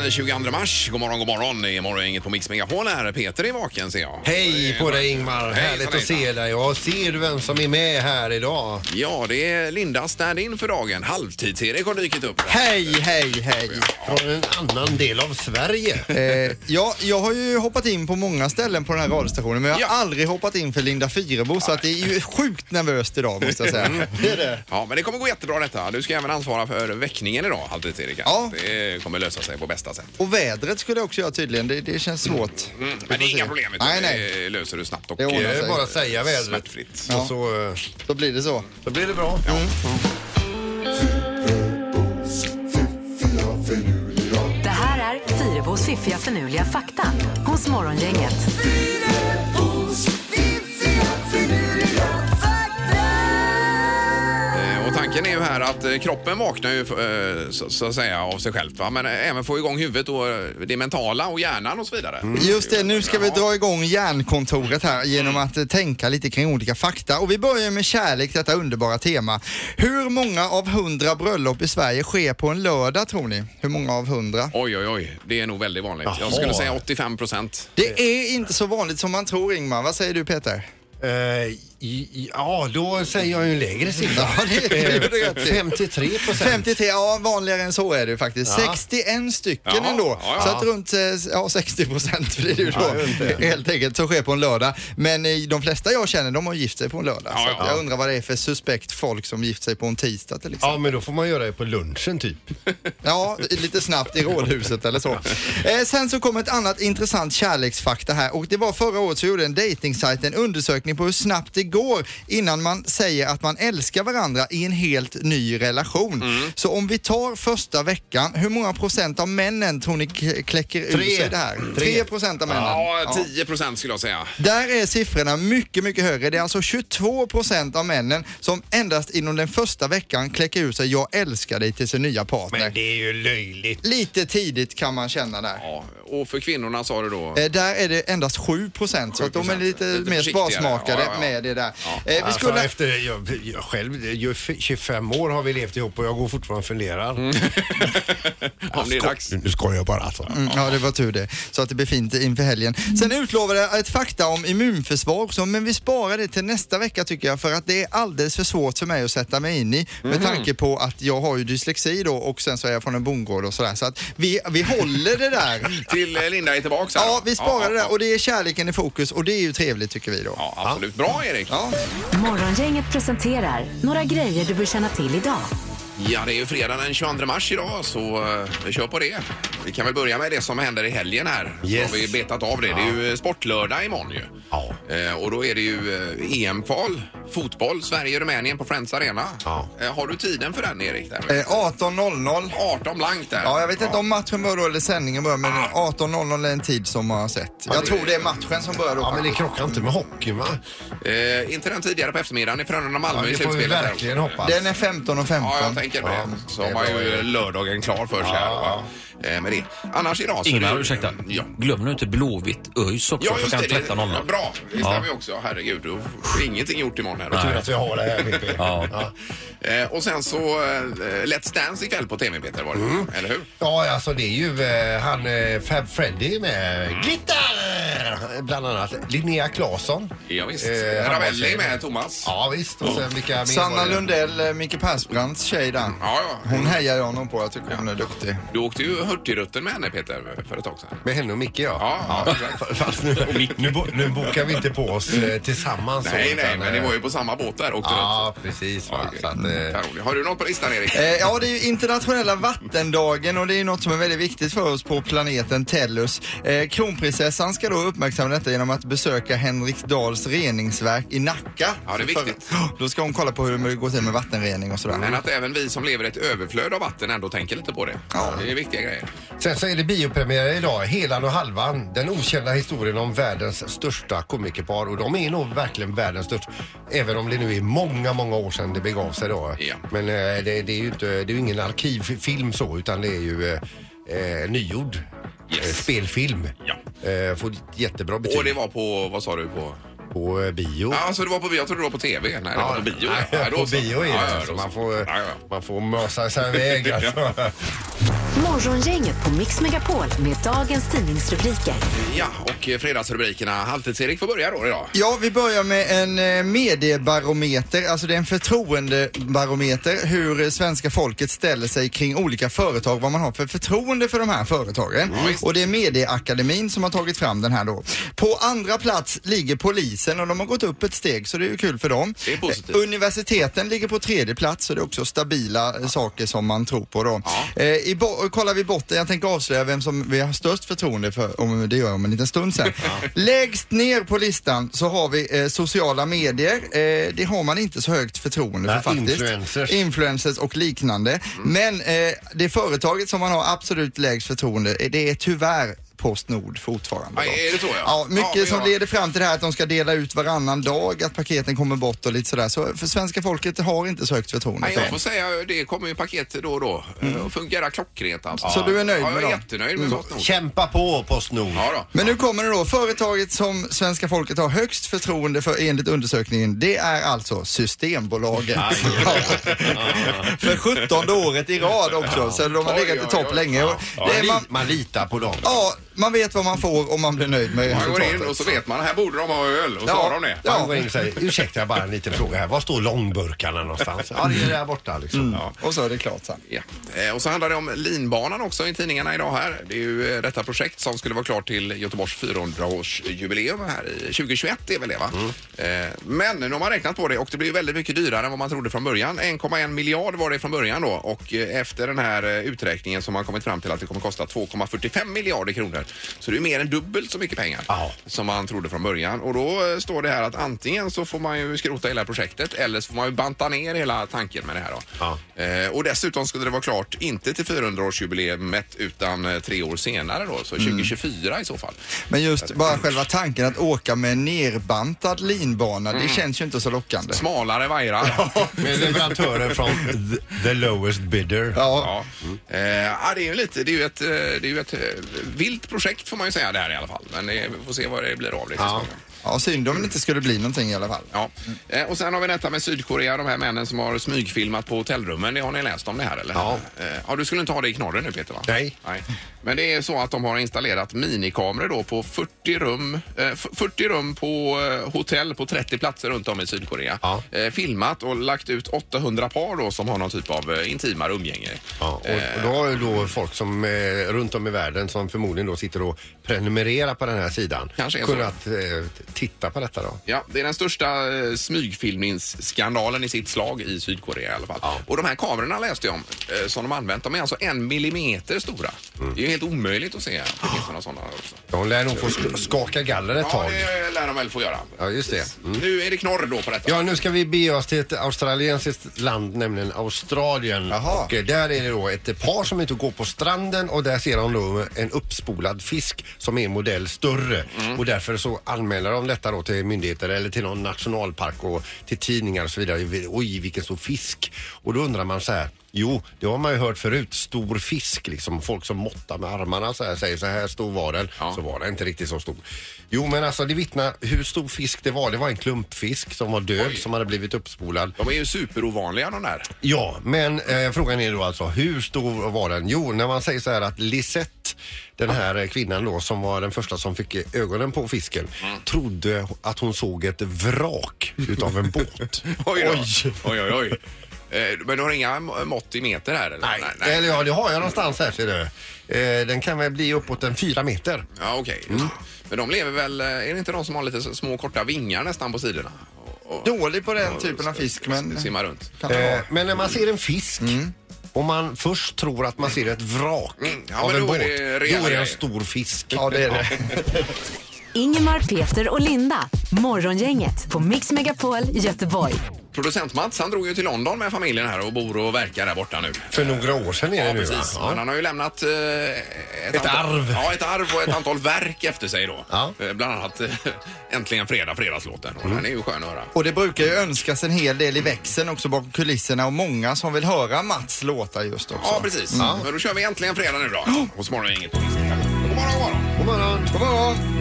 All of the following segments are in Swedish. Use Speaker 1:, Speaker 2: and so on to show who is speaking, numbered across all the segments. Speaker 1: den 22 mars. God morgon, god morgon. Det är morgongänget på Mix Megapol här. Peter är vaken ser jag.
Speaker 2: Hej på dig Ingmar!
Speaker 1: Hejsan,
Speaker 2: Härligt att se
Speaker 1: hejsan.
Speaker 2: dig. Och ser du vem som är med här idag?
Speaker 1: Ja, det är Linda stand-in för dagen. Halvtids-Erik har dykt upp.
Speaker 3: Hej, hej, hej.
Speaker 2: Från en annan del av Sverige.
Speaker 3: Eh, ja, jag har ju hoppat in på många ställen på den här radiostationen men jag har
Speaker 1: Ja.
Speaker 3: aldrig hoppat in för Linda Fyrebo så att det är ju sjukt nervöst idag måste jag
Speaker 1: Mm.
Speaker 3: säga. Det är det.
Speaker 1: Ja, men det kommer gå jättebra detta. Du ska även ansvara för väckningen idag, Halvtids-Erik. här.
Speaker 3: Ja.
Speaker 1: Det kommer lösa sig på bästa sätt.
Speaker 3: Och vädret skulle jag också göra tydligen, det, det känns svårt.
Speaker 1: Mm, men det är
Speaker 3: se.
Speaker 1: inga problem. utan
Speaker 3: Nej, nej,
Speaker 1: Det löser du snabbt och
Speaker 3: Det ordnar
Speaker 1: eh,
Speaker 2: Det
Speaker 3: sig.
Speaker 2: är bara att säga vädret.
Speaker 1: smärtfritt.
Speaker 3: Ja.
Speaker 2: Och så, eh,
Speaker 3: då blir det så.
Speaker 2: så blir det bra.
Speaker 4: Det här är Fyrabos fiffiga förnuliga fakta hos Morgongänget.
Speaker 1: Eh, Och tanken är ju här att eh, kroppen vaknar ju eh, så, så att säga av sig själv va? men eh, även få igång huvudet och eh, det mentala och hjärnan och så vidare.
Speaker 3: Just det, nu ska vi
Speaker 1: Ja. Mm.
Speaker 3: dra igång hjärnkontoret här genom att eh, tänka lite kring olika fakta. Och vi börjar med kärlek, detta underbara tema. Hur många av hundra bröllop i Sverige sker på en lördag tror ni? Hur många av hundra?
Speaker 1: Oj, oj, oj. Det är nog väldigt vanligt. Jag
Speaker 2: Jaha.
Speaker 1: skulle säga 85 procent.
Speaker 3: Det är inte så vanligt som man tror Ingmar, vad säger du Peter?
Speaker 2: Eh, i- i- Ja, då säger jag ju en lägre siffra.
Speaker 3: Ja, det- det är
Speaker 2: Eh,
Speaker 3: rätt i.
Speaker 2: 53 procent.
Speaker 3: 53, ja vanligare än så är det ju faktiskt.
Speaker 2: Ja.
Speaker 3: 61 stycken
Speaker 1: Ja,
Speaker 3: ändå.
Speaker 1: ja, ja.
Speaker 3: Så att runt eh, ja, 60 procent blir det ju då.
Speaker 2: Ja, just det.
Speaker 3: helt enkelt, som sker på en lördag. Men eh, de flesta jag känner de har gift sig på en lördag.
Speaker 1: Ja,
Speaker 3: så att
Speaker 1: ja.
Speaker 3: jag undrar vad det är för suspekt folk som gift sig på en tisdag till exempel.
Speaker 2: Ja, men då får man göra det på lunchen typ.
Speaker 3: Ja, lite snabbt i rådhuset eller så. Eh, sen så kom ett annat intressant kärleksfakta här och det var förra året så gjorde en dejtingsajt en undersökning på hur snabbt det går innan man säger att man älskar varandra i en helt ny relation.
Speaker 2: Mm.
Speaker 3: Så om vi tar första veckan, hur många procent av männen tror ni k- kläcker ur
Speaker 2: Tre.
Speaker 3: sig det här?
Speaker 2: Tre.
Speaker 3: Tre procent av männen.
Speaker 1: Ja, 10 procent skulle jag säga.
Speaker 3: Där är siffrorna mycket, mycket högre. Det är alltså 22 procent av männen som endast inom den första veckan kläcker ur sig “jag älskar dig” till sin nya partner.
Speaker 2: Men det är ju löjligt.
Speaker 3: Lite tidigt kan man känna där.
Speaker 1: Ja. Och för kvinnorna sa du då?
Speaker 3: Eh, Där är det endast 7 procent så att de är
Speaker 1: 7%.
Speaker 3: lite,
Speaker 1: Lite
Speaker 3: mer
Speaker 1: försiktigare.
Speaker 3: sparsmakade
Speaker 1: Ja, ja, ja.
Speaker 3: med det där.
Speaker 1: Ja.
Speaker 3: Eh, Vi
Speaker 2: Alltså,
Speaker 3: skulle...
Speaker 2: efter, jag, jag själv, det är ju f- 25 år har vi levt ihop och jag går fortfarande och funderar.
Speaker 3: Mm.
Speaker 1: Om det är dags.
Speaker 2: Nu skojar jag bara alltså.
Speaker 3: Mm, Ja, det var tur det. Så att det blir fint inför helgen.
Speaker 1: Mm.
Speaker 3: Sen utlovade jag ett fakta om immunförsvar också, men vi sparar det till nästa vecka tycker jag för att det är alldeles för svårt för mig att sätta mig in i
Speaker 1: Mhm.
Speaker 3: med tanke på att jag har ju dyslexi då och sen så är jag från en bondgård och sådär. Så att vi, vi håller det där.
Speaker 1: Till eh, Linda är tillbaka här.
Speaker 3: Ja, vi sparar det
Speaker 1: ja,
Speaker 3: där och det är kärleken i fokus och det är ju trevligt tycker vi då.
Speaker 1: Ja, absolut. Bra Erik! Ja.
Speaker 3: Ja.
Speaker 4: Morgongänget presenterar några grejer du bör känna till idag.
Speaker 1: det är ju fredag den 22 mars idag så eh, vi kör på det. Vi kan väl börja med det som händer i helgen här.
Speaker 2: Yes.
Speaker 1: Så har vi betat av det. Det är ju eh, sportlördag imorgon ju.
Speaker 2: Ja.
Speaker 1: Eh, och då är det ju eh, EM-kval, fotboll, Sverige-Rumänien på Friends Arena.
Speaker 2: Ja.
Speaker 1: Eh, har du tiden för den Erik? Där?
Speaker 3: Eh, 18.00.
Speaker 1: 18 blankt där.
Speaker 3: Ja, jag vet inte om matchen börjar då eller sändningen börjar men 18.00 är en tid som man har sett. Jag tror det är matchen som börjar då.
Speaker 2: Ja, men det
Speaker 3: faktiskt.
Speaker 2: krockar inte med hockeyn va?
Speaker 1: Eh, inte den tidigare på eftermiddagen i
Speaker 2: Ja,
Speaker 1: Frölunda-Malmö i
Speaker 2: det får vi
Speaker 1: slutspelet. där.
Speaker 2: verkligen hoppas.
Speaker 3: Den är 15 och 15.
Speaker 1: Ja, jag tänker det. Så
Speaker 2: det
Speaker 1: har
Speaker 2: är
Speaker 1: man
Speaker 2: bra,
Speaker 1: ju
Speaker 2: Erik.
Speaker 1: lördagen klar för sig här. Va? Eh, med det. Annars idag så...
Speaker 5: Ingmar,
Speaker 1: är det-
Speaker 5: ursäkta.
Speaker 1: Ja.
Speaker 5: Glöm nu inte Blåvitt ÖIS också
Speaker 1: Ja, just
Speaker 5: klockan
Speaker 1: det. det
Speaker 5: 13.00.
Speaker 1: bra, det
Speaker 5: Ja.
Speaker 1: stämmer ju också. Herregud, då får ingenting gjort imorgon här.
Speaker 2: Tur att vi har det här PP.
Speaker 5: Ja.
Speaker 2: Ja.
Speaker 1: Eh, och sen så eh, Let's Dance ikväll på TV, Peter, var det
Speaker 2: Mm.
Speaker 1: Eller hur?
Speaker 2: Ja, alltså det är ju eh, han eh, Fab Freddy med Glitter! Bland annat Linnea Claesson.
Speaker 1: Ja, visst.
Speaker 2: Eh, han var
Speaker 1: Ravelli
Speaker 2: så-
Speaker 1: med Thomas.
Speaker 2: Ja, visst. Och sen vilka mer
Speaker 3: Sanna
Speaker 2: var det?
Speaker 3: Lundell, eh, Micke Persbrandts tjej där.
Speaker 1: Ja, ja.
Speaker 3: Hon hejar jag honom på. Jag tycker hon är duktig.
Speaker 1: Du åkte ju Hurtigruten med henne, Peter, för ett tag sedan.
Speaker 2: Med henne och Micke ja.
Speaker 1: Ja, exakt.
Speaker 2: Fast nu, nu, bo- nu bokar vi inte på oss eh, tillsammans.
Speaker 1: Nej, nej,
Speaker 2: utan,
Speaker 1: men ni var ju på samma båt där och åkte
Speaker 2: eh, Ja,
Speaker 1: runt.
Speaker 2: precis. Va?
Speaker 1: Okej.
Speaker 2: Så att, eh,
Speaker 1: Kanon. Har du något på listan, Erik?
Speaker 3: Eh, ja, det är ju internationella vattendagen och det är ju något som är väldigt viktigt för oss på planeten Tellus. Eh, kronprinsessan ska då uppmärksamma detta genom att besöka Henrik Dahls reningsverk i Nacka.
Speaker 1: Ja, det är
Speaker 3: Så för-
Speaker 1: viktigt.
Speaker 3: Då ska hon kolla på hur det går till med vattenrening och sådär.
Speaker 1: Men att även vi som lever i ett överflöd av vatten ändå tänker lite på det.
Speaker 3: Ja.
Speaker 1: Det är viktiga grejer.
Speaker 2: Sen så är det biopremiär idag. Helan och Halvan. Den okända historien om världens största komikerpar. Och de är nog verkligen världens största. Även om det nu är många, många år sedan det begav sig då.
Speaker 1: Ja.
Speaker 2: Men eh, det, det är ju inte, det är ju ingen arkivfilm så, utan det är ju eh, eh, nygjord.
Speaker 1: Yes.
Speaker 2: eh, Spelfilm.
Speaker 1: Ja.
Speaker 2: Eh, får ett jättebra betyg
Speaker 1: Och det var på, vad sa du, på?
Speaker 2: på eh, bio.
Speaker 1: Ja, alltså det var på bio. Jag trodde det var på TV. Nej, det var på bio.
Speaker 2: nej,
Speaker 1: Ja, då
Speaker 2: på
Speaker 1: så.
Speaker 2: bio är
Speaker 1: Ja,
Speaker 2: det.
Speaker 1: ja,
Speaker 2: så
Speaker 1: då
Speaker 2: man
Speaker 1: så.
Speaker 2: får,
Speaker 1: Ja, ja.
Speaker 2: man får mösa sig iväg alltså.
Speaker 4: Morgongänget på Mix Megapol med dagens tidningsrubriker.
Speaker 1: Ja, och eh, fredagsrubrikerna. Halvtids-Erik får börja då idag.
Speaker 3: Ja, vi börjar med en eh, mediebarometer, alltså det är en förtroendebarometer hur eh, svenska folket ställer sig kring olika företag, vad man har för förtroende för de här företagen. och det är Medieakademin som har tagit fram den här då. På andra plats ligger polisen och de har gått upp ett steg så det är ju kul för dem.
Speaker 1: Det är positivt.
Speaker 3: Eh, Universiteten ligger på tredje plats så det är också stabila eh, saker som man tror på då. Eh, i bo- kollar vi botten, jag tänker avslöja vem som vi har störst förtroende för, om det gör jag om en liten stund sen. Lägst ner på listan så har vi eh, sociala medier. Eh, det har man inte så högt förtroende
Speaker 2: Nej,
Speaker 3: för faktiskt.
Speaker 2: influencers.
Speaker 3: Influencers och liknande.
Speaker 1: Mm.
Speaker 3: Men eh, det företaget som man har absolut lägst förtroende, eh, det är tyvärr Postnord fortfarande.
Speaker 1: Ja,
Speaker 3: då.
Speaker 1: är det så, ja?
Speaker 3: ja mycket
Speaker 1: Ja, ja.
Speaker 3: som leder fram till det här att de ska dela ut varannan dag, att paketen kommer bort och lite sådär. Så för svenska folket har inte så högt förtroende
Speaker 1: Nej,
Speaker 3: för
Speaker 1: jag
Speaker 3: dem.
Speaker 1: får säga, det kommer ju paket då och då. Mm. Och fungerar klockrent alltså.
Speaker 3: Så du är nöjd
Speaker 1: ja,
Speaker 3: med
Speaker 1: Jag är
Speaker 3: dem?
Speaker 1: jättenöjd med Postnord.
Speaker 2: Kämpa på Postnord.
Speaker 1: Ja, då.
Speaker 3: Men nu kommer det då. Företaget som svenska folket har högst förtroende för enligt undersökningen, det är alltså Systembolaget. Ja. för 17 året i rad också, så de har
Speaker 1: Oj,
Speaker 3: legat i
Speaker 1: oj,
Speaker 3: topp
Speaker 1: oj.
Speaker 3: länge. Och
Speaker 2: Man,
Speaker 3: det är man,
Speaker 2: li- man litar på dem.
Speaker 3: ja, man vet vad man får och man blir nöjd med
Speaker 1: Man går in och
Speaker 3: resultatet.
Speaker 1: så vet man, här borde de ha öl. Och så
Speaker 3: Ja.
Speaker 1: har de det.
Speaker 3: Ja.
Speaker 2: Man går in och säger, ursäkta bara en liten fråga här. Var står långburkarna någonstans? Ja, det är där borta liksom.
Speaker 1: Ja.
Speaker 3: Och så är det klart sen.
Speaker 1: Ja. Eh, Och så handlar det om linbanan också i tidningarna idag här. Det är ju eh, detta projekt som skulle vara klart till Göteborgs 400-årsjubileum här i 2021 det är väl det va? Eh, Men nu har man räknat på det och det blir ju väldigt mycket dyrare än vad man trodde från början. 1,1 miljard var det från början då och eh, efter den här eh, uträkningen som man kommit fram till att det kommer kosta 2,45 miljarder kronor. Så det är mer än dubbelt så mycket pengar
Speaker 2: Ja.
Speaker 1: som man trodde från början. Och då eh, står det här att antingen så får man ju skrota hela projektet eller så får man ju banta ner hela tanken med det här då.
Speaker 2: Ja.
Speaker 1: Eh, och dessutom skulle det vara klart, inte till 400-årsjubileumet utan eh, tre år senare då, så 2024 i så fall.
Speaker 3: Men just bara själva tanken att åka med en nerbantad linbana,
Speaker 1: Mm.
Speaker 3: det känns ju inte så lockande.
Speaker 1: Smalare vajrar. ja.
Speaker 2: Med leverantörer från the, the lowest bidder.
Speaker 3: Ja,
Speaker 1: Eh, ja, det är ju lite, det är ju ett, eh, det är ju ett eh, vilt projekt får man ju säga det här i alla fall. Men det, vi får se vad det blir av det. Ja.
Speaker 3: ja, synd om det inte skulle bli någonting i alla fall.
Speaker 1: Ja. Eh, och sen har vi detta med Sydkorea, de här männen som har smygfilmat på hotellrummen. Det har ni läst om det här eller?
Speaker 2: Ja.
Speaker 1: Eh, ja du skulle inte ha det i knorren nu Peter va?
Speaker 2: Nej.
Speaker 1: Nej. Men det är så att de har installerat minikameror då på 40 rum, eh, f- 40 rum på eh, hotell på 30 platser runt om i Sydkorea.
Speaker 2: Ja.
Speaker 1: Eh, filmat och lagt ut 800 par då som har någon typ av eh, intimare umgänge.
Speaker 2: Ja, och och då har ju då folk som eh, runt om i världen som förmodligen då sitter och prenumererar på den här sidan
Speaker 1: Kanske är så.
Speaker 2: kunnat eh, t- titta på detta då.
Speaker 1: Ja, det är den största eh, smygfilmningsskandalen i sitt slag i Sydkorea i alla fall.
Speaker 2: Ja.
Speaker 1: Och de här kamerorna läste jag om eh, som de använt. De är alltså en millimeter stora.
Speaker 2: Mm.
Speaker 1: Det är ju helt omöjligt att se att det finns några sådana också.
Speaker 2: De lär nog få sk- skaka galler ett
Speaker 1: Ja,
Speaker 2: tag.
Speaker 1: det lär de väl få göra.
Speaker 2: Ja, just det. Mm.
Speaker 1: Nu är det knorr då på detta.
Speaker 2: Ja, nu ska vi bege oss till ett australiensiskt land, nämligen Australien.
Speaker 3: Jaha.
Speaker 2: Och eh, där är det då ett par som är ute och går på stranden och där ser de då en uppspolad fisk som är en modell större. Och därför så anmäler de detta då till myndigheter eller till någon nationalpark och till tidningar och så vidare. Oj, vilken stor fisk! Och då undrar man så här. Jo, det har man ju hört förut. Stor fisk liksom. Folk som måttar med armarna så här säger så här stor var den.
Speaker 1: Ja.
Speaker 2: Så var den inte riktigt så stor. Jo, men alltså det vittnar hur stor fisk det var. Det var en klumpfisk som var död som hade blivit uppspolad.
Speaker 1: De är ju superovanliga de där.
Speaker 2: Ja, men eh, frågan är då alltså hur stor var den? Jo, när man säger så här att Lisette, den här eh, kvinnan då som var den första som fick eh, ögonen på fisken,
Speaker 1: Mm.
Speaker 2: trodde att hon såg ett vrak utav en båt.
Speaker 1: Oj, då. oj, oj. oj. Eh, Men du har inga m- mått i meter här? Eller?
Speaker 2: Nej, Eh. eller ja, det har jag någonstans här ser du. Eh, den kan väl bli uppåt en fyra meter.
Speaker 1: Ja, okej.
Speaker 2: Mm.
Speaker 1: Men de lever väl... eh, Är det inte de som har lite så- små korta vingar nästan på sidorna? Och, och
Speaker 3: Dålig på den typen av fisk, men...
Speaker 1: simmar runt?
Speaker 3: Kan det
Speaker 2: Eh,
Speaker 3: vara.
Speaker 2: men när man ser en fisk och man först tror att man ser ett vrak
Speaker 1: Mm, ja,
Speaker 2: av
Speaker 1: men
Speaker 2: en
Speaker 1: då
Speaker 2: båt,
Speaker 1: är det rejäla
Speaker 2: då är det
Speaker 1: grejer.
Speaker 2: en stor fisk.
Speaker 3: Ja, det är det.
Speaker 4: Ingemar, Peter och Linda. Morgongänget på Mix Megapol Göteborg.
Speaker 1: Producent Mats han drog ju till London med familjen här och bor och verkar där borta nu.
Speaker 2: För några år sedan är det
Speaker 1: Ja,
Speaker 2: nu va?
Speaker 1: precis.
Speaker 2: Ja.
Speaker 1: Men han har ju lämnat eh, ett,
Speaker 2: Ett arv.
Speaker 1: Ja, ett arv och ett antal verk efter sig då.
Speaker 2: Ja. Mm.
Speaker 1: Eh, Bland annat eh, Äntligen fredag, fredagslåten. Och Den är ju skön att höra.
Speaker 3: Och det brukar ju önskas en hel del i växeln också bakom kulisserna och många som vill höra Mats låtar just också.
Speaker 1: Ja, precis. Men då kör vi Äntligen fredag nu då. Hos Morgongänget på Mix Megapol. God morgon, god morgon.
Speaker 2: God morgon.
Speaker 3: God morgon!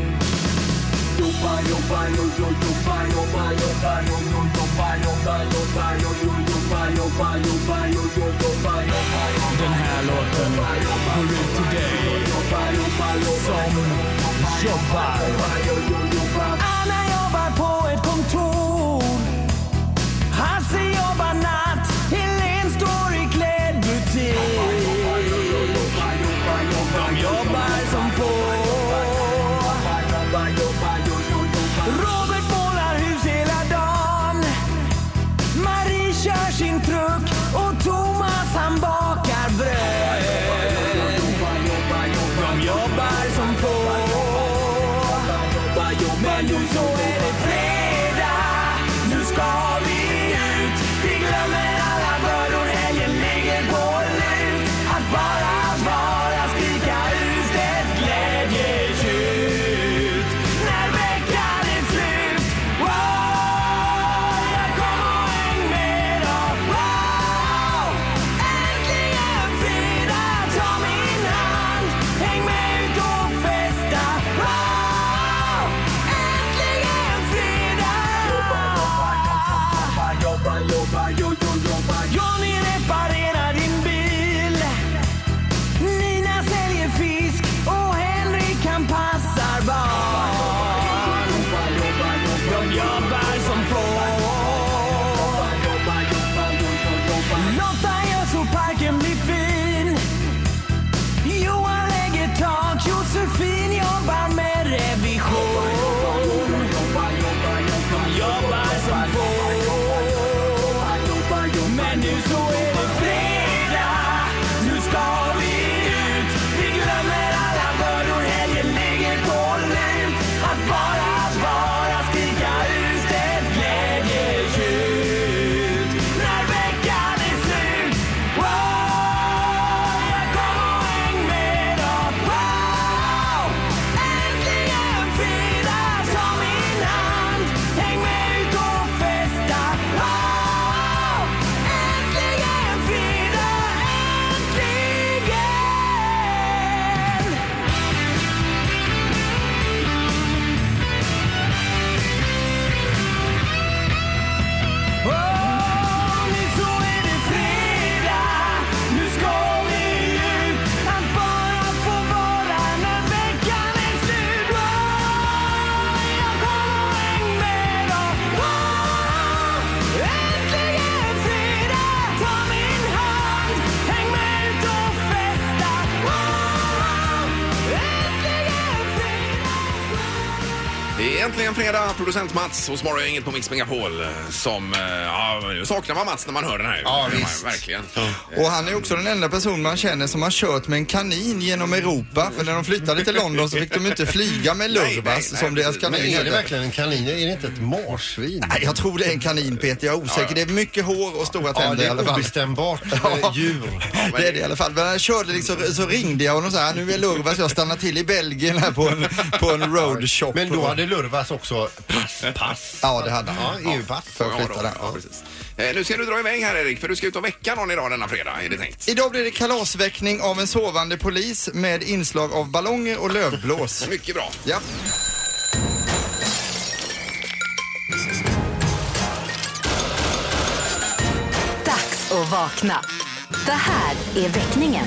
Speaker 6: Den här låten Anna jobbar på ett kontor. Hasse jobbar natt. Helen står i klädbutik. De jobbar som få. Robert målar hus hela dagen. Marie kör sin truck och Thomas han bakar bröd. De jobbar som få. Men nu så är det fredag. Nu ska vi ut. Vi glömmer alla bördor helgen ligger på lut. Att bara vara, skrika ut ett glädjetjut. När veckan är slut. Wow, jag kom och häng med dem. Wow, äntligen fredag. Ta min hand, häng med ut och festa. Wow, äntligen fredag. Johnny reparerar din bil. Nina säljer fisk och Henrik han passar barn. De jobbar som få. Lotta gör så parken blir fin. Johan lägger tak, Josefin jobbar med revision. De jobbar som få. Men nu så är det fredag. Nu ska vi ut. Vi glömmer alla bördor. Helgen ligger på lut. Att bara vara, skrika ut ett glädjetjut. När veckan är slut. Wow, jag kom och häng med dem. Wow, äntligen fredag. Ta min hand. Häng med ut och festa. Wow, äntligen fredag. Äntligen. Åh, nu så är det fredag. Nu ska vi ut. Att bara få vara när veckan är slut. Åh, jag kommer och häng med dem. Åh, äntligen fredag. Ta min hand, häng med ut och festa. Åh, äntligen fredag.
Speaker 1: Det är äntligen fredag. Producent Mats hos Morgongänget på Mix Megapol. eh, Som, eh, ja, nu saknar man Mats när man hör den här.
Speaker 2: Ja, visst.
Speaker 1: Verkligen.
Speaker 3: Och han är också den enda person man känner som har kört med en kanin genom Europa. För när de flyttade till London så fick de inte flyga med
Speaker 1: Nej, nej,
Speaker 3: Lurvas
Speaker 1: nej,
Speaker 3: som deras
Speaker 1: precis.
Speaker 3: kanin
Speaker 2: Men är det
Speaker 3: hette.
Speaker 2: verkligen en kanin? Är det inte ett marsvin?
Speaker 3: Nej, jag tror det är en kanin Peter, jag är osäker. Det är mycket hår och stora
Speaker 2: Ja,
Speaker 3: tänder
Speaker 2: det
Speaker 3: i alla
Speaker 2: är
Speaker 3: fall.
Speaker 2: obestämbart
Speaker 3: Ja.
Speaker 2: eh, djur.
Speaker 3: Det är det i alla fall. Men när jag körde liksom, så ringde jag honom så här, nu är Lurvas, jag stannar till i Belgien här på en, på en roadshop.
Speaker 2: Men då hade Lurvas också pass, pass.
Speaker 3: Ja, det hade
Speaker 2: Ja,
Speaker 3: han.
Speaker 2: EU-pass.
Speaker 3: För att
Speaker 1: Ja, då.
Speaker 3: flytta den.
Speaker 1: Ja, precis. Eh, Nu ska du dra iväg här Erik, för du ska ut och väcka någon idag denna fredag är det tänkt.
Speaker 3: Idag blir det kalasväckning av en sovande polis med inslag av ballonger och lövblås.
Speaker 1: Mycket bra.
Speaker 3: Ja.
Speaker 4: Dags att vakna. Det här är väckningen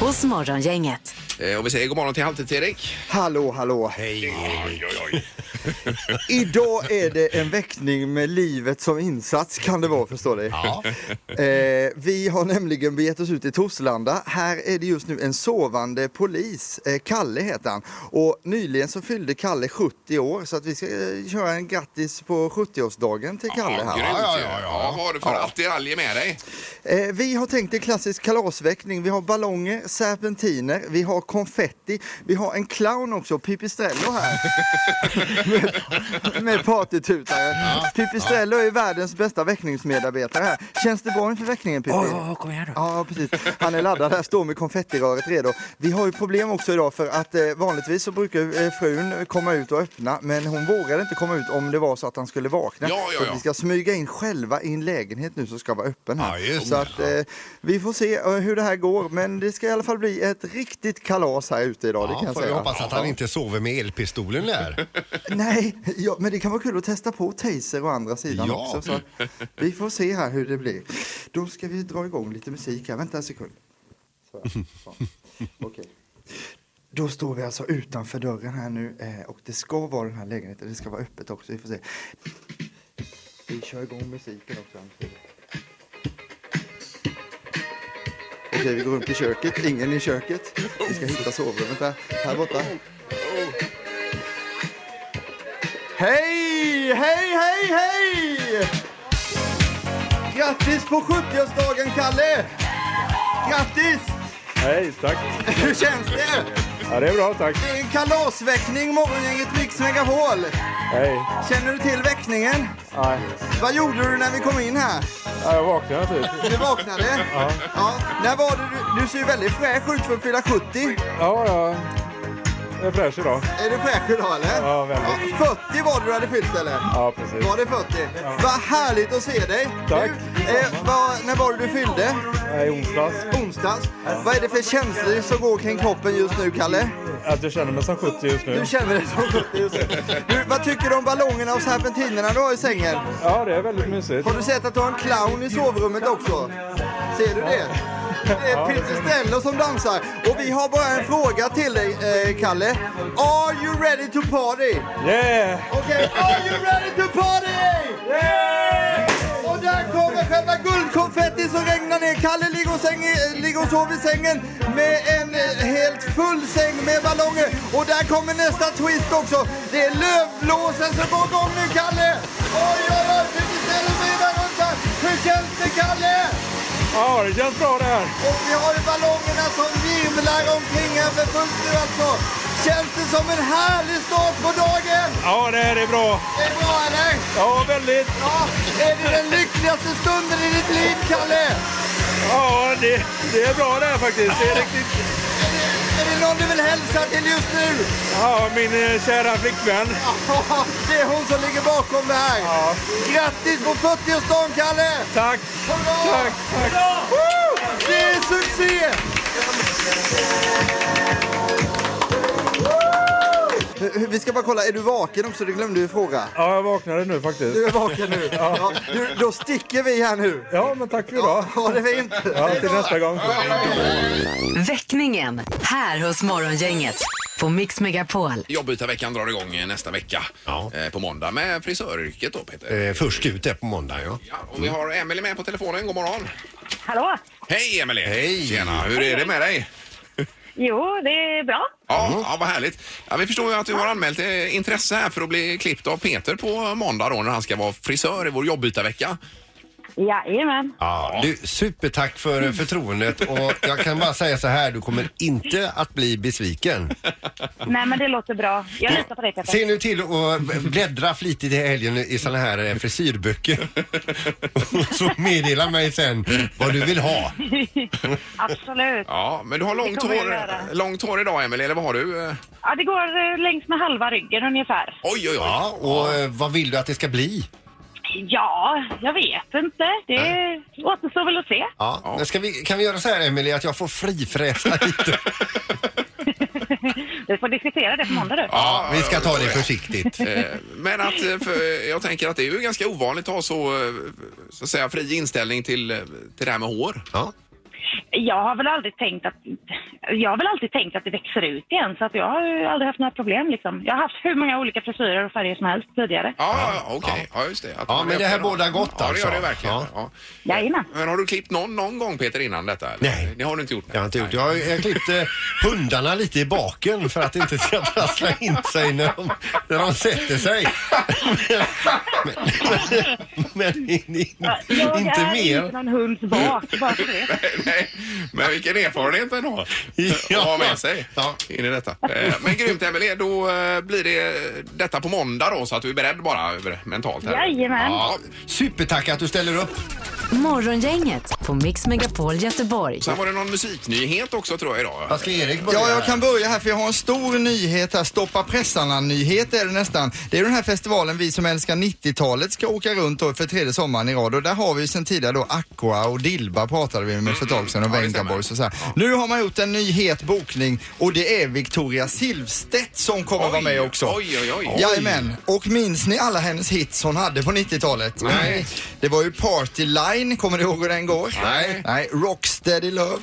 Speaker 4: hos Morgongänget.
Speaker 1: Eh, Och vi säger god morgon till halvtid till Erik.
Speaker 3: Hallå, hallå.
Speaker 1: Oj, oj, oj.
Speaker 3: Idag är det en väckning med livet som insats kan det vara förstår du. Eh, vi har nämligen begett oss ut i Torslanda. Här är det just nu en sovande polis. Eh, Kalle heter han. Och nyligen så fyllde Kalle 70 år så att vi ska eh, köra en grattis på 70-årsdagen till Kalle här.
Speaker 1: grymt
Speaker 2: Ja,
Speaker 1: ju.
Speaker 2: ja, ja, ja.
Speaker 1: Vad har du för attiraljer med dig?
Speaker 3: Eh, vi har tänkt en klassisk kalasväckning. Vi har ballonger, serpentiner, vi har konfetti, vi har en clown också, Pipistrello här. med med partytutare. Pipistrello är världens bästa väckningsmedarbetare här. Känns det bra inför väckningen Pippi?
Speaker 5: kom igen nu.
Speaker 3: Ja, precis. Han är laddad här, står med konfettiröret redo. Vi har ju problem också idag för att eh, vanligtvis så brukar eh, frun komma ut och öppna men hon vågade inte komma ut om det var så att han skulle vakna.
Speaker 1: Ja, ja,
Speaker 3: Så att
Speaker 1: ja.
Speaker 3: vi ska smyga in själva i en lägenhet nu som ska vara öppen
Speaker 2: Ja,
Speaker 3: här.
Speaker 2: just
Speaker 3: så att eh, vi får se eh, hur det här går men det ska i alla fall bli ett riktigt kalas här ute idag, det kan
Speaker 2: Ja,
Speaker 3: jag
Speaker 2: får vi
Speaker 3: säga.
Speaker 2: hoppas att han inte sover med elpistolen där.
Speaker 3: Nej, ja, men det kan vara kul att testa på Taser och andra sidan
Speaker 2: Ja.
Speaker 3: också. Så att vi får se här hur det blir. Då ska vi dra igång lite musik här. Vänta en sekund. Så här. Ja. Okej. Då står vi alltså utanför dörren här nu eh, och det ska vara den här lägenheten. Det ska vara öppet också. Vi får se. Vi kör igång musiken också samtidigt. Okej, vi går runt i köket. Ingen i köket. Vi ska hitta sovrummet där. Här borta. Hej, hej, hej, hej! Grattis på 70-årsdagen, Kalle! Grattis!
Speaker 7: Hej, tack.
Speaker 3: Hur känns det?
Speaker 7: Ja, det är bra, tack.
Speaker 3: Det är en kalasväckning, morgongänget Mix Megapol.
Speaker 7: Hej.
Speaker 3: Känner du till väckningen?
Speaker 7: Nej,
Speaker 3: Vad gjorde du när vi kom in här?
Speaker 7: ja, jag vaknade typ.
Speaker 3: Du vaknade? Ja. När var det du, du ser ju väldigt fräsch ut för att fylla 70.
Speaker 7: Ja, ja. Jag är fräsch idag.
Speaker 3: Är du fräsch idag eller?
Speaker 7: Ja, väldigt.
Speaker 3: 40 var det du hade fyllt eller?
Speaker 7: Ja, precis.
Speaker 3: Var det 40? Vad härligt att se dig!
Speaker 7: Tack.
Speaker 3: Du, eh, vad, när var det du fyllde?
Speaker 7: Nej, I onsdags.
Speaker 3: Onsdags. Vad är det för känslor som går kring kroppen just nu, Kalle?
Speaker 7: Att jag känner mig som 70 just nu.
Speaker 3: Du känner dig som 70 just nu. Du, vad tycker du om ballongerna och serpentinerna du har i sängen?
Speaker 7: Ja, det är väldigt mysigt.
Speaker 3: Har du sett att du har en clown i sovrummet också? Ser du det? Det är Pipistrello som dansar. Och vi har bara en fråga till dig, eh, Kalle. Are you ready to party?
Speaker 7: Yeah!
Speaker 3: Okej, are you ready to party? Och där kommer själva guldkonfetti som regnar ner. Kalle ligger och, säng, eh, ligger och sover i sängen med en eh, helt full säng med ballonger. Och där kommer nästa twist också. Det är lövblåsen som går igång nu, Kalle! Oj, oj, oj! Vi ställer mig runt här. Hur känns det, Kalle?
Speaker 7: Ja, det känns bra det här.
Speaker 3: Och vi har ju ballongerna som virvlar omkring här för fullt nu alltså. Känns det som en härlig start på dagen?
Speaker 7: Ja, det här är bra.
Speaker 3: Det är bra, eller?
Speaker 7: Ja, väldigt.
Speaker 3: Ja, är det den lyckligaste stunden i ditt liv, Kalle?
Speaker 7: Ja, det, det är bra det här faktiskt. Det är riktigt.
Speaker 3: Är det, är det någon du vill hälsa till just nu?
Speaker 7: Ja, min eh, kära flickvän.
Speaker 3: Ja, det är hon som ligger bakom det här.
Speaker 7: Ja.
Speaker 3: Grattis på 40-årsdagen, Kalle!
Speaker 7: Tack.
Speaker 3: Hurra!
Speaker 7: Tack, tack.
Speaker 3: Woo! Det är succé! Woo! Vi ska bara kolla, är du vaken också? Det glömde vi fråga.
Speaker 7: Ja, jag vaknade nu
Speaker 3: Du
Speaker 7: faktiskt.
Speaker 3: är vaken nu. Ja, du, då sticker vi här nu.
Speaker 7: Ja, men tack för idag.
Speaker 3: Ha det fint.
Speaker 7: Ja, till nästa gång.
Speaker 4: Väckningen här hos Morgongänget på Mix Megapol.
Speaker 1: Jobbytarveckan drar igång eh, nästa vecka
Speaker 2: Ja.
Speaker 1: eh, på måndag med frisöryrket då Peter.
Speaker 2: Eh, först ut är på måndag, ja.
Speaker 1: Ja, och vi har Emelie med på telefonen. God morgon.
Speaker 8: Hallå!
Speaker 1: Hej Emelie!
Speaker 2: Hej.
Speaker 1: Tjena! Hur är det med dig?
Speaker 8: Jo, det är bra.
Speaker 1: Ja, ja vad härligt. Ja, vi förstår ju att du har anmält eh, intresse här för att bli klippt av Peter på måndag då när han ska vara frisör i vår jobbytarvecka.
Speaker 8: Jajamän.
Speaker 2: Ja. Du, supertack för
Speaker 8: Mm.
Speaker 2: eh, förtroendet och jag kan bara säga så här, du kommer inte att bli besviken.
Speaker 8: Nej, men det låter bra. Jag litar på dig, Peter.
Speaker 2: Se nu till att bläddra flitigt i helgen i sådana här eh, frisyrböcker. Och så meddela mig sen vad du vill ha.
Speaker 8: Absolut.
Speaker 1: Ja, men du har långt
Speaker 8: kommer jag
Speaker 1: hår,
Speaker 8: göra.
Speaker 1: långt hår idag Emelie, eller vad har du? Eh,
Speaker 8: Ja, det går eh, längs med halva ryggen ungefär.
Speaker 1: Oj, oj, oj!
Speaker 2: Ja, och eh, vad vill du att det ska bli?
Speaker 8: Ja, jag vet inte. Det återstår väl att se.
Speaker 2: Ja. men Ska vi, kan vi göra så här Emelie att jag får frifräsa lite?
Speaker 8: Vi får diskutera det på måndag, du.
Speaker 1: Ja,
Speaker 2: Vi ska ta det
Speaker 1: först.
Speaker 2: försiktigt.
Speaker 1: Men att, eh, för, jag tänker att det är ju ganska ovanligt att ha så, eh, så att säga, fri inställning till, eh, till det här med hår.
Speaker 2: Ja.
Speaker 8: Jag har väl aldrig tänkt att... Jag har väl alltid tänkt att det växer ut igen, så att jag har ju aldrig haft några problem. Liksom. Jag har haft hur många olika frisyrer och färger som helst tidigare.
Speaker 1: Ja, ja, okej. Ja, just det. Att
Speaker 2: Ja,
Speaker 1: man
Speaker 2: men
Speaker 1: är
Speaker 2: det här
Speaker 1: öppen och-
Speaker 2: bådar gott
Speaker 1: Ja, det
Speaker 2: alltså.
Speaker 1: gör det verkligen.
Speaker 2: Ja.
Speaker 1: Ja.
Speaker 8: Jajamän.
Speaker 1: Men har du klippt någon, någon gång Peter innan detta? eller?
Speaker 2: Nej.
Speaker 1: Det har du inte gjort? nej.
Speaker 2: Jag har inte gjort. Jag, har- jag klippte hundarna lite i baken för att det inte ska trassla in sig när de, när de sätter sig. Men, men, men in, in,
Speaker 8: Ja, Jag
Speaker 2: inte
Speaker 8: är inte
Speaker 2: mer.
Speaker 8: någon hunds bak, bara för det.
Speaker 1: Nej, men vilken erfarenhet ändå
Speaker 2: Ja.
Speaker 1: att ha med sig
Speaker 2: Ja.
Speaker 1: in i detta. Eh, Men grymt Emelie, då eh, blir det detta på måndag då så att du är beredd bara över- mentalt. Här.
Speaker 8: Jajamän.
Speaker 1: Ja,
Speaker 2: Supertack att du ställer upp.
Speaker 4: Morgongänget på Mix Megapol Göteborg.
Speaker 1: sen var det någon musiknyhet också tror jag idag.
Speaker 2: Vad ska Erik börja?
Speaker 9: Ja, jag kan börja här för jag har en stor nyhet här. Stoppa pressarna-nyhet är det nästan. Det är den här festivalen Vi som älskar 90
Speaker 3: 90-talet ska åka runt då för tredje sommaren i rad och där har vi ju sen tidigare då Aqua och Dilba pratade vi med för ett tag sedan
Speaker 1: Mm.
Speaker 3: och Vengaboys och så här. Nu har man gjort en ny het bokning och det är Victoria Silvstedt som kommer vara med också.
Speaker 1: Oj, oj, oj.
Speaker 3: Jajamän, och minns ni alla hennes hits hon hade på 90-talet?
Speaker 1: Nej.
Speaker 3: Det var ju Party Line, kommer ni ihåg hur den går?
Speaker 1: Nej.
Speaker 3: Nej, Rocksteady Love.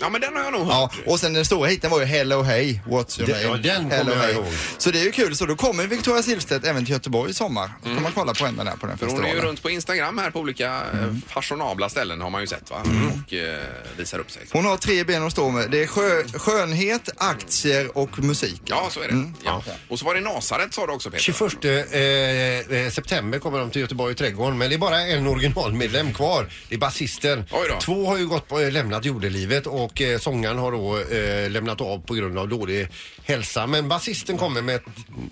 Speaker 1: Ja, men den har jag nog
Speaker 3: Ja,
Speaker 1: hört.
Speaker 3: och sen den stora hiten var ju Hello Hey, What's your
Speaker 2: Den-
Speaker 3: name?
Speaker 2: ja, den kommer
Speaker 3: Hello,
Speaker 2: jag
Speaker 3: Hey.
Speaker 2: ihåg.
Speaker 3: Så det är ju kul, så då kommer Victoria Silvstedt även till Göteborg i sommar. Då
Speaker 2: Mm.
Speaker 3: kan man kolla på henne där på den
Speaker 1: För hon är ju
Speaker 3: festivalen.
Speaker 1: runt på Instagram här på olika mm. fashionabla ställen har man ju sett va? Och eh, visar upp sig.
Speaker 3: Hon har tre ben att stå med. Det är sjö, skönhet, aktier och musik.
Speaker 1: Ja, så är det. Ja. Och så var det Nasaret sa du också Peter.
Speaker 2: 21 eh, eh, september kommer de till Göteborg i Trädgården men det är bara en originalmedlem kvar. Det är basisten.
Speaker 1: Oj då.
Speaker 2: Två har ju gått på, eh, lämnat jordelivet och eh, sångaren har då eh, lämnat av på grund av dålig hälsa. Men basisten kommer med ett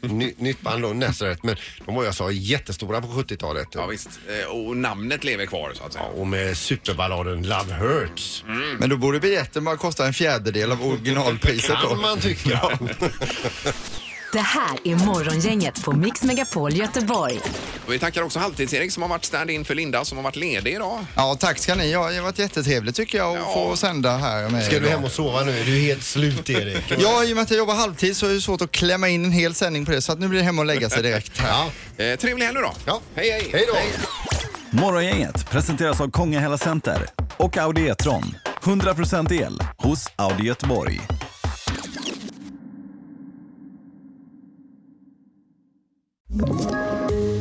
Speaker 2: ny, nytt band då, Nazareth. Men de var jag sa jättestora på 70-talet.
Speaker 1: Ja, visst. Eh, Och namnet lever kvar så att säga.
Speaker 2: Och med superballaden Love Hurts.
Speaker 1: Mm.
Speaker 3: Men då borde biljetten bara kosta en fjärdedel av originalpriset då.
Speaker 2: Kan man tycka.
Speaker 10: Det här är Morgongänget på Mix Megapol Göteborg.
Speaker 1: Och vi tackar också Halvtids-Erik som har varit stand-in för Linda som har varit ledig idag.
Speaker 3: Ja, tack ska ni ha. Det har varit jättetrevligt tycker jag att
Speaker 1: Ja.
Speaker 3: få sända här med
Speaker 2: Ska
Speaker 3: er
Speaker 2: du
Speaker 3: idag.
Speaker 2: hem och sova nu? Är du helt slut Erik?
Speaker 3: Ja, i och med att jag jobbar halvtid så är det svårt att klämma in en hel sändning på det så att nu blir det hem och lägga sig direkt här.
Speaker 2: Ja.
Speaker 1: Eh, trevlig helg nu då.
Speaker 2: ja.
Speaker 1: Hej, hej.
Speaker 2: Hej då.
Speaker 11: Morgongänget presenteras av Konga Hela Center och Audi E-tron. 100% el hos Audi Göteborg.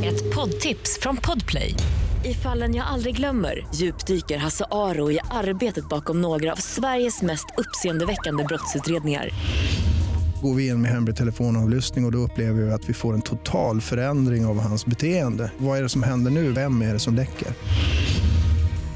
Speaker 4: Ett poddtips från Podplay. I fallen jag aldrig glömmer djupdyker Hasse Aro i arbetet bakom några av Sveriges mest uppseendeväckande brottsutredningar.
Speaker 12: Går vi in med hemlig telefonavlyssning och, och då upplever vi att vi får en total förändring av hans beteende. Vad är det som händer nu? Vem är det som läcker?